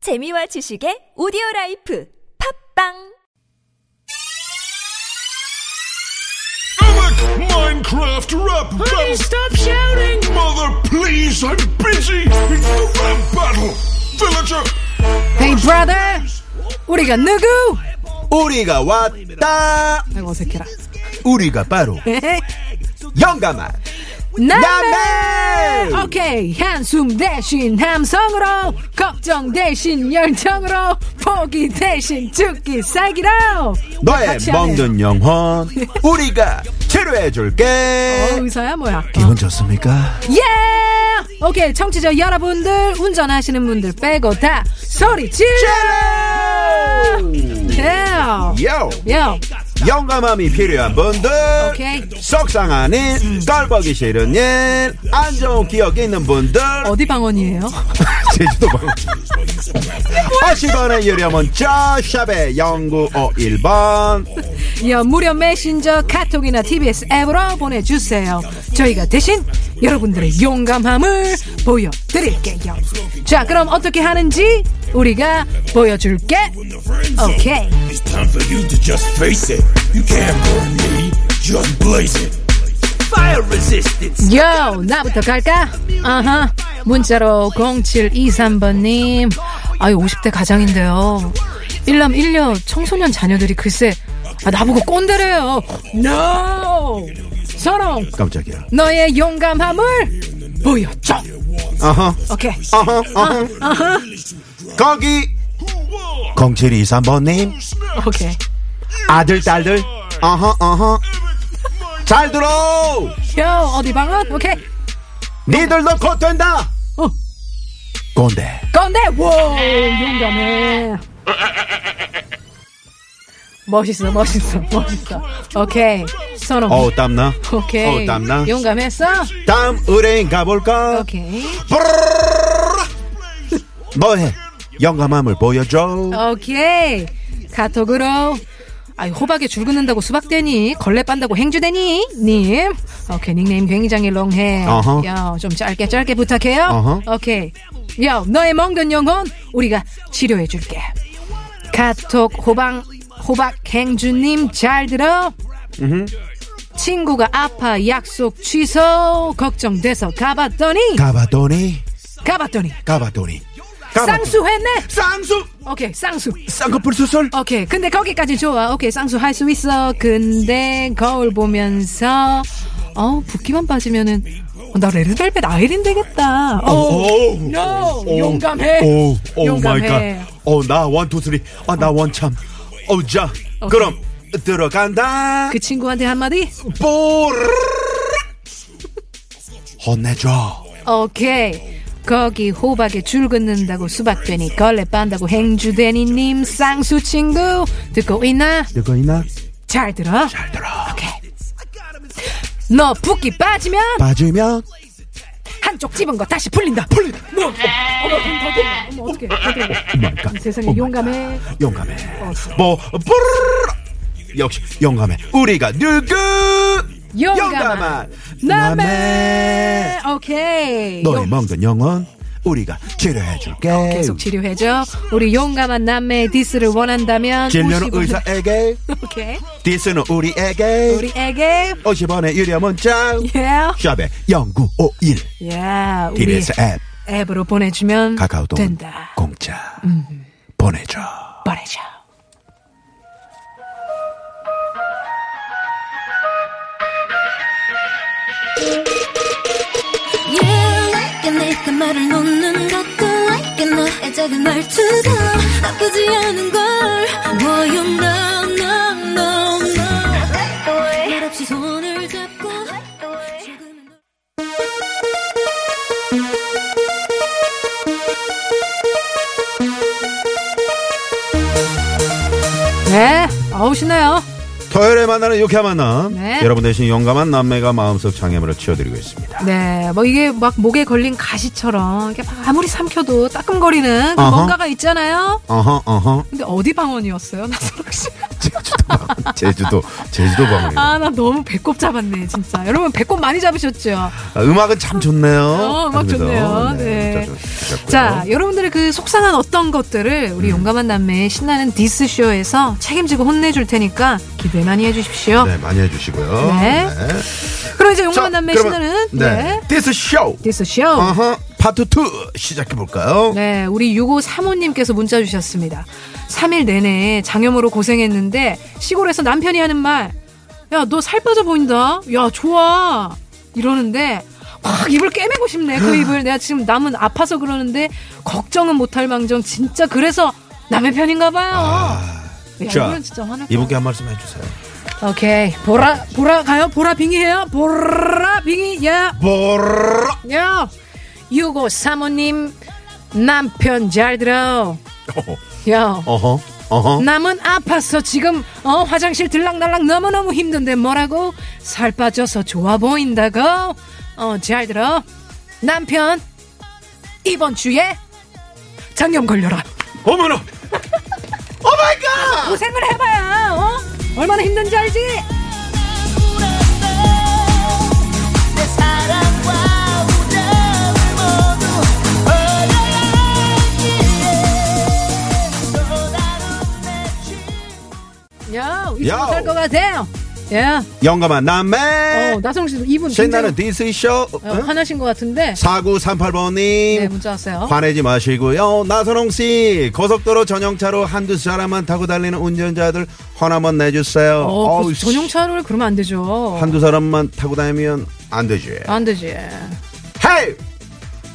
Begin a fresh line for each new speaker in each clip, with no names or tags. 재미와 지식의 오디오 라이프 팝빵
Alec Minecraft rap battle.
Stop shouting!
Mother, please, I'm busy. Rap battle. Villager.
Hey brother! 우리가 누구?
우리가 왔다.
아이고 어색해라.
우리가 바로 영감한 남매.
남매! 오케이 한숨 대신 함성으로 걱정 대신 열정으로 포기 대신 죽기 살기로
너의
같이 하네.
먹는 영혼 우리가 치료해
어,
줄게.
의사야 뭐야?
기분 좋습니까?
예! 오케이 청취자 여러분들 운전하시는 분들 빼고 다 소리 질러! 예!
요
예!
영감함이 필요한 분들
오케이.
속상한 일 덜보기 싫은 일안 좋은 기억이 있는 분들
어디 방언이에요?
제주도 방어 50원의 유료 문자 샵의 0951번
여 무료 메신저 카톡이나 TBS 앱으로 보내주세요. 저희가 대신 여러분들의 용감함을 보여드릴게요. 자, 그럼 어떻게 하는지 우리가 보여줄게. 오케이.
It's time for you to just face it. You can't burn me, just blaze it. Fire resistance.
요, 나부터 갈까? 아하. 문자로 0723번님. 아유, 50대 가장인데요. 일남 일녀 청소년 자녀들이 글쎄, 아, 나보고 꼰대래요. No! 서롱!
깜짝이야
너의 용감함을 보여줘.
어허
오케이.
어허 어허 거기 0723번님
오케이.
아들 딸들 어허 어허 잘 들어
야 어디 방언? 오케이.
니들도 곧 된다
어.
꼰대
건데 와 용감해. 멋있어 멋있어 멋있어. 오케이. 선호.
어우 땀나
오케이.
어우 땀나
용감했어.
다음 의뢰인 가볼까
오케이.
뭐해 영감함을 보여줘
오케이. 카톡으로. 아이 호박에 줄 긋는다고 수박되니 걸레 빤다고 행주되니 님 오케이 닉네임 굉장히 롱해
어허.
야좀 짧게 짧게 부탁해요
어허.
오케이 야 너의 멍든 영혼 우리가 치료해줄게 카톡 호박 호박 행주님 잘 들어 친구가 아파 약속 취소 걱정돼서 가봤더니
가바도니
가봤더니
가바도니
쌍수했네
쌍수
오케이 쌍수
쌍꺼풀 수술
오케이. 근데 거기까지 좋아. 오케이. 쌍수 할 수 있어. 근데 거울 보면서 어, 붓기만 빠지면은 어, 나 레드벨벳 아이린 되겠다. 어.
오.
no.
오.
용감해.
오,
어,
오 마이 갓.
용감해.
오, 나 원, 투, 쓰리. 아, 나 원참. 오, 자. 그럼 들어간다.
그 친구한테 한마디?
뽀르르. 혼내줘.
오케이. 거기 호박에 줄 긋는다고 수박 되니 걸레 빤다고 행주 되니 님 쌍수 친구 듣고 있나?
누구 있나?
잘 들어.
잘 들어.
너 붓기 빠지면
빠지면
한쪽 집은 거 다시 풀린다. 풀린다. 뭐? 어머, 그럼 더 들어. 어머, 어떡해. 더 들어. 세상에 용감해.
용감해. 뭐, 뽀르르. 역시 용감해. 우리가 누구?
용감한
남의.
오케이.
너의
용- 어,
멍든 영혼. 우리가 치료해줄게.
계속 치료해줘. 우리 용감한 남매의 디스를 원한다면
진료는
50원.
의사에게.
오케이.
디스는 우리에게.
우리에게
50원의 유료 문자
예.
샵에 0951
예. 우리
TBS 앱
앱으로 보내주면
카카오톡
된다.
공짜 보내줘
보내줘.
You like it, 내가 말을 놓는 것도 like it, 너의 작은 말투도 나쁘지 않은 걸 보여 no no no no 말 없이 손을 잡고 조금은 더-
네. 어우 신나요.
토요일에 만나는 유쾌한 만남.
네.
여러분 대신 용감한 남매가 마음속 장애물을 치워드리고 있습니다.
네, 뭐 이게 막 목에 걸린 가시처럼 이게 막 아무리 삼켜도 따끔거리는 그
어허.
뭔가가 있잖아요.
어허, 어허.
근데 어디 방언이었어요, 나선욱 씨?
제주도 방언. 제주도, 제주도 방언.
아, 나 너무 배꼽 잡았네, 진짜. 여러분 배꼽 많이 잡으셨죠?
아, 음악은 참 좋네요.
어, 음악
하면서.
좋네요. 네.
문자 좀 주셨고요.
자, 여러분들의 그 속상한 어떤 것들을 우리
음.
용감한 남매의 신나는 디스 쇼에서 책임지고 혼내줄 테니까 기대 많이 해주십시오.
네, 많이 해주시고요.
네. 그럼 이제
자,
용감한 남매 의 신나는
그러면, 네.
네.
디스 쇼.
디스 쇼.
어허. 파트 2 시작해 볼까요?
네, 우리 6 5 3 5님께서 문자 주셨습니다. 3일 내내 장염으로 고생했는데 시골에서 남편이 하는 말, 야, 너 살 빠져 보인다. 야, 좋아. 이러는데 확 입을 깨매고 싶네. 그 입을 내가 지금 남은 아파서 그러는데 걱정은 못할 망정 진짜 그래서 남의 편인가 봐요. 야,
아, 자,
이건 진짜 화낼 거
이분께 한 말씀 해주세요.
오케이. 보라 보라 가요. 보라 빙이 해요. 보라 빙이 야.
보라.
야, 유고 사모님 남편 잘 들어. 야,
어허. 어허.
남은 아파서 지금 어, 화장실 들락날락 너무너무 힘든데 뭐라고 살 빠져서 좋아 보인다고. 어, 잘 들어. 남편 이번 주에 장염 걸려라.
어머나.
고생을 해봐야 어? 얼마나 힘든지 알지?
내 사랑과 우정을 모두 얻어야 또 다른 내
야, 잊지
야오.
못할 것 같아요. 야,
영감한 남매.
네. 어, 나성 씨 이분
네. 신나는
굉장히,
디스 쇼.
어, 화나신 것 같은데.
4938번님.
네, 문자 왔어요.
화내지 마시고요. 나선홍 씨, 고속도로 전용차로 한두 사람만 타고 달리는 운전자들 허나만 내주세요.
어, 그
어우, 씨.
전용차를 그러면 안 되죠.
한두 사람만 타고 다니면 안 되지.
안 되지.
헤이!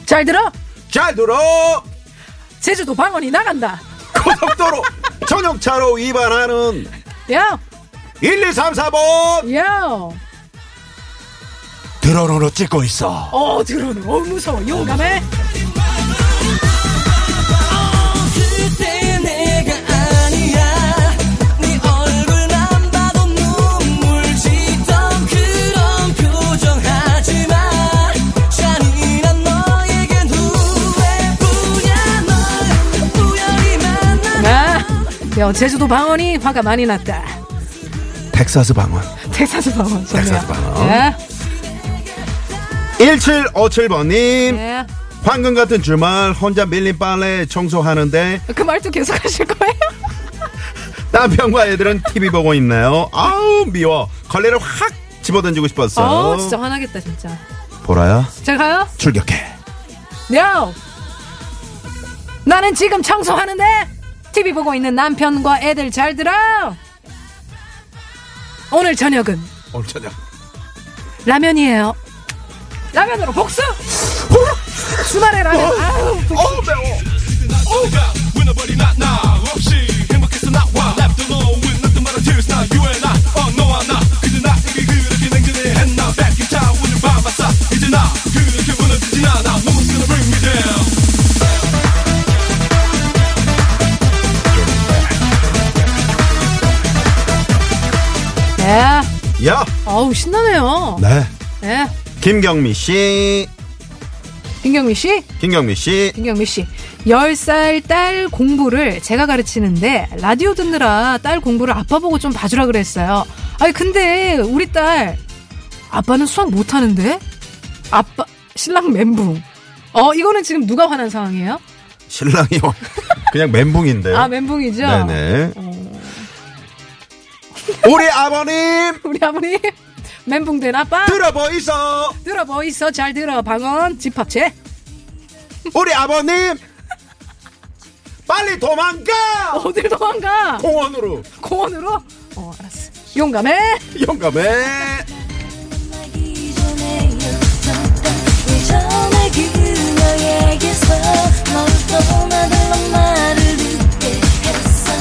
잘 들어.
잘 들어!
제주도 방언이 나간다.
고속도로 전용차로 위반하는
야,
1234번!
야.
드론으로 찍고 있어.
어, 드론. 어, 무서워. 용감해.
그때 내가 아니야 네 얼굴만 봐도 눈물 짓던 그런 표정 하지마 잔인한 너에겐 후회뿐이야 널 우연히 만나
아, 야, 제주도 방언이 화가 많이 났다.
텍사스 방언.
텍사스 방언.
텍사스 방언.
야,
1757번님,
야.
황금 같은 주말 혼자 밀린 빨래 청소하는데
그 말도 계속 하실 거예요?
남편과 애들은 TV 보고 있나요? 아우, 미워. 걸레를 확 집어던지고 싶었어요.
어, 진짜 화나겠다, 진짜.
보라야,
제가요?
출격해.
야! 나는 지금 청소하는데 TV 보고 있는 남편과 애들 잘 들어. 오늘 저녁은
오늘 저녁.
라면이에요. 라면으로 복수! 주말에 라면. 아우,
어우, 매워.
Oh,
예.
야,
어우, 신나네요.
네.
예.
김경미 씨,
김경미 씨,
김경미 씨.
김경미 씨. 10살 딸 공부를 제가 가르치는데 라디오 듣느라 딸 공부를 아빠 보고 좀 봐주라 그랬어요. 아니 근데 우리 딸 아빠는 수학 못하는데 아빠 신랑 멘붕. 어 이거는 지금 누가 화난 상황이에요?
신랑이요. 그냥 멘붕인데요.
아 어. 멘붕이죠.
네. 네네. 우리 아버님
우리 아버님 멘붕 된 아빠
들어보이소.
들어 뭐 있어 잘 들어 방언 집합체.
우리 아버님 빨리 도망가.
어딜 도망가?
공원으로
공원으로? 어 알았어. 용감해.
용감해.
만나기 전에 였었던 예전의 그녀에게서 널 떠나달란 말을 듣게 했어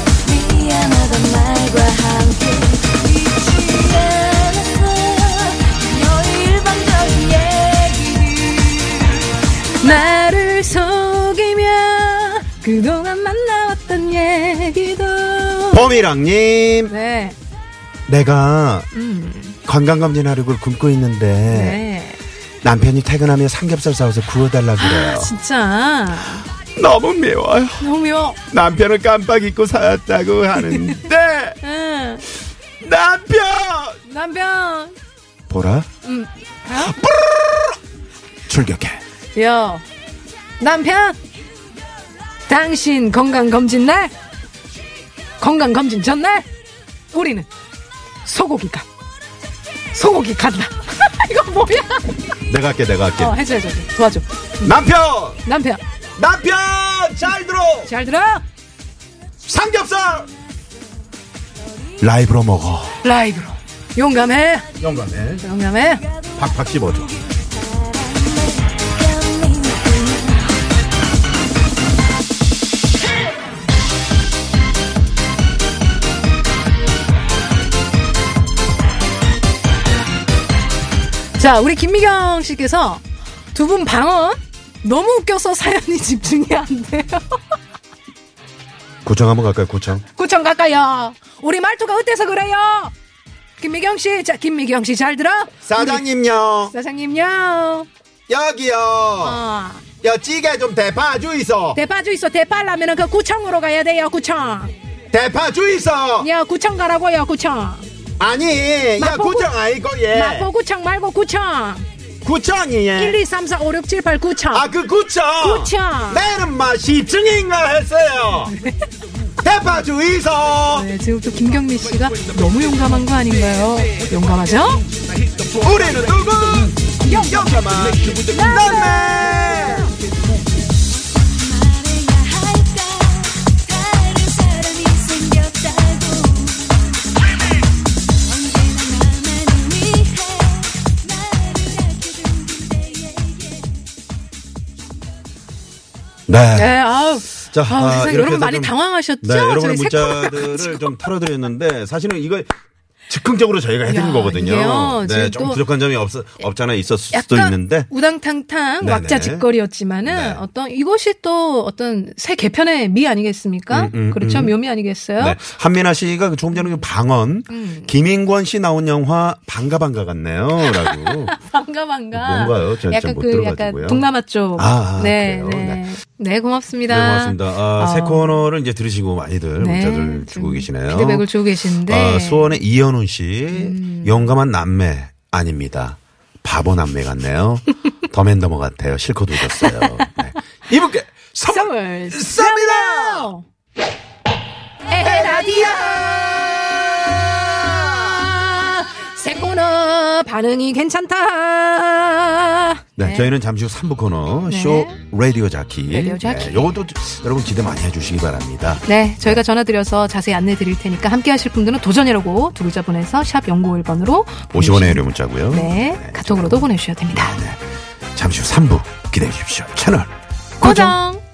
미안하던 말과 함께 잊지 않았어 그녀의 일방적인 얘기를
나를 속이며 그동안 만나왔던 얘기도
범이랑님
네
내가
음.
건강검진 하려고 굶고 있는데
네. 아,
남편이 퇴근하면 삼겹살 사와서 구워달라고 그래요.
진짜
너무 미워요.
너무 미워.
남편을 깜빡 잊고 살았다고 하는데
응.
남편
남편.
보라
음.
출격해.
여 남편 당신 건강검진 날 건강검진 전날 우리는 소고기가 소고기 간다 이거 뭐야
내가 할게 내가 할게.
어 해줘 해줘 해줘. 도와줘
남편
남편
남편 잘 들어
잘 들어
삼겹살 라이브로 먹어.
라이브로 용감해
영감해.
용감해
팍팍 씹어줘.
자 우리 김미경 씨께서 두 분 방언 너무 웃겨서 사연이 집중이 안 돼요
구청 한번 갈까요 구청?
구청 갈까요? 우리 말투가 어때서 그래요? 김미경 씨, 자, 김미경 씨 잘 들어?
사장님요
우리 사장님요.
여기요
어,
여 찌개 좀 대파 주이소
대파 주이소 대파라면은 그 구청으로 가야 돼요, 구청.
대파 주이소
야, 구청 가라고요, 구청.
아니 야
맛보고-
구청 아니고 예
마포구청 말고 구청.
구청이에 예.
1, 2, 3, 4, 5, 6, 7, 8, 구청.
아 그 구청
구청.
내는 맛이 증인가 했어요 대파 주이소
네, 지금 또 김경미 씨가 너무 용감한 거 아닌가요? 용감하죠?
우리는 누구 영감한 남매
말해야 할까 다른 사람이 생겼다고 언제나 나만을 위해 나를 아껴준 그대에게
네.
네, 아우.
자,
아우,
아,
세상에
이렇게
여러분
해서
많이
좀-
당황하셨죠?
네, 여러분의
저희 색깔을
문자들을 좀 털어드렸는데 사실은 이거 즉흥적으로 저희가 해드린
야,
거거든요.
이게요,
네,
지금
좀
또
부족한 점이 없, 없잖아 있었을 수도
약간
있는데
우당탕탕
네네.
왁자지껄이었지만은
네.
어떤 이것이 또 어떤 새 개편의 미 아니겠습니까?
음, 음,
그렇죠
음.
묘미 아니겠어요? 음.
네. 한민아 씨가 그 조금 전에 그 방언 김인권 씨 나온 영화 반가 반가 같네요라고
반가 반가.
뭔가요? 저는
약간
잘못
그
들어가지고요.
약간 동남아 쪽.
아, 아,
네,
그래요?
네.
네.
네, 고맙습니다.
네, 고맙습니다. 아,
어.
새 코너를 이제 들으시고 많이들
네,
문자들
좀
주고 계시네요.
피드백을 주고 네. 음. 계신데.
아, 수원의 이현훈 씨 용감한 남매 아닙니다. 바보 남매 같네요. 더맨더머 같아요. 실컷 웃었어요. 네. 이분께
썸을
선물 쌉니다.
에라디아 새 코너 반응이 괜찮다.
네, 저희는 잠시 후 3부 코너 쇼 라디오 자키.
라디오 네. 자키.
네, 요것도 여러분 기대 많이 해주시기 바랍니다.
네, 저희가 전화드려서 자세히 안내 드릴 테니까 함께 하실 분들은 도전이라고 두 글자 보내서 샵 0951번으로
50원의 유료 문자고요. 네.
네, 카톡으로도 보내주셔야 됩니다.
잠시 후 3부 기대해 주십시오. 채널
고정.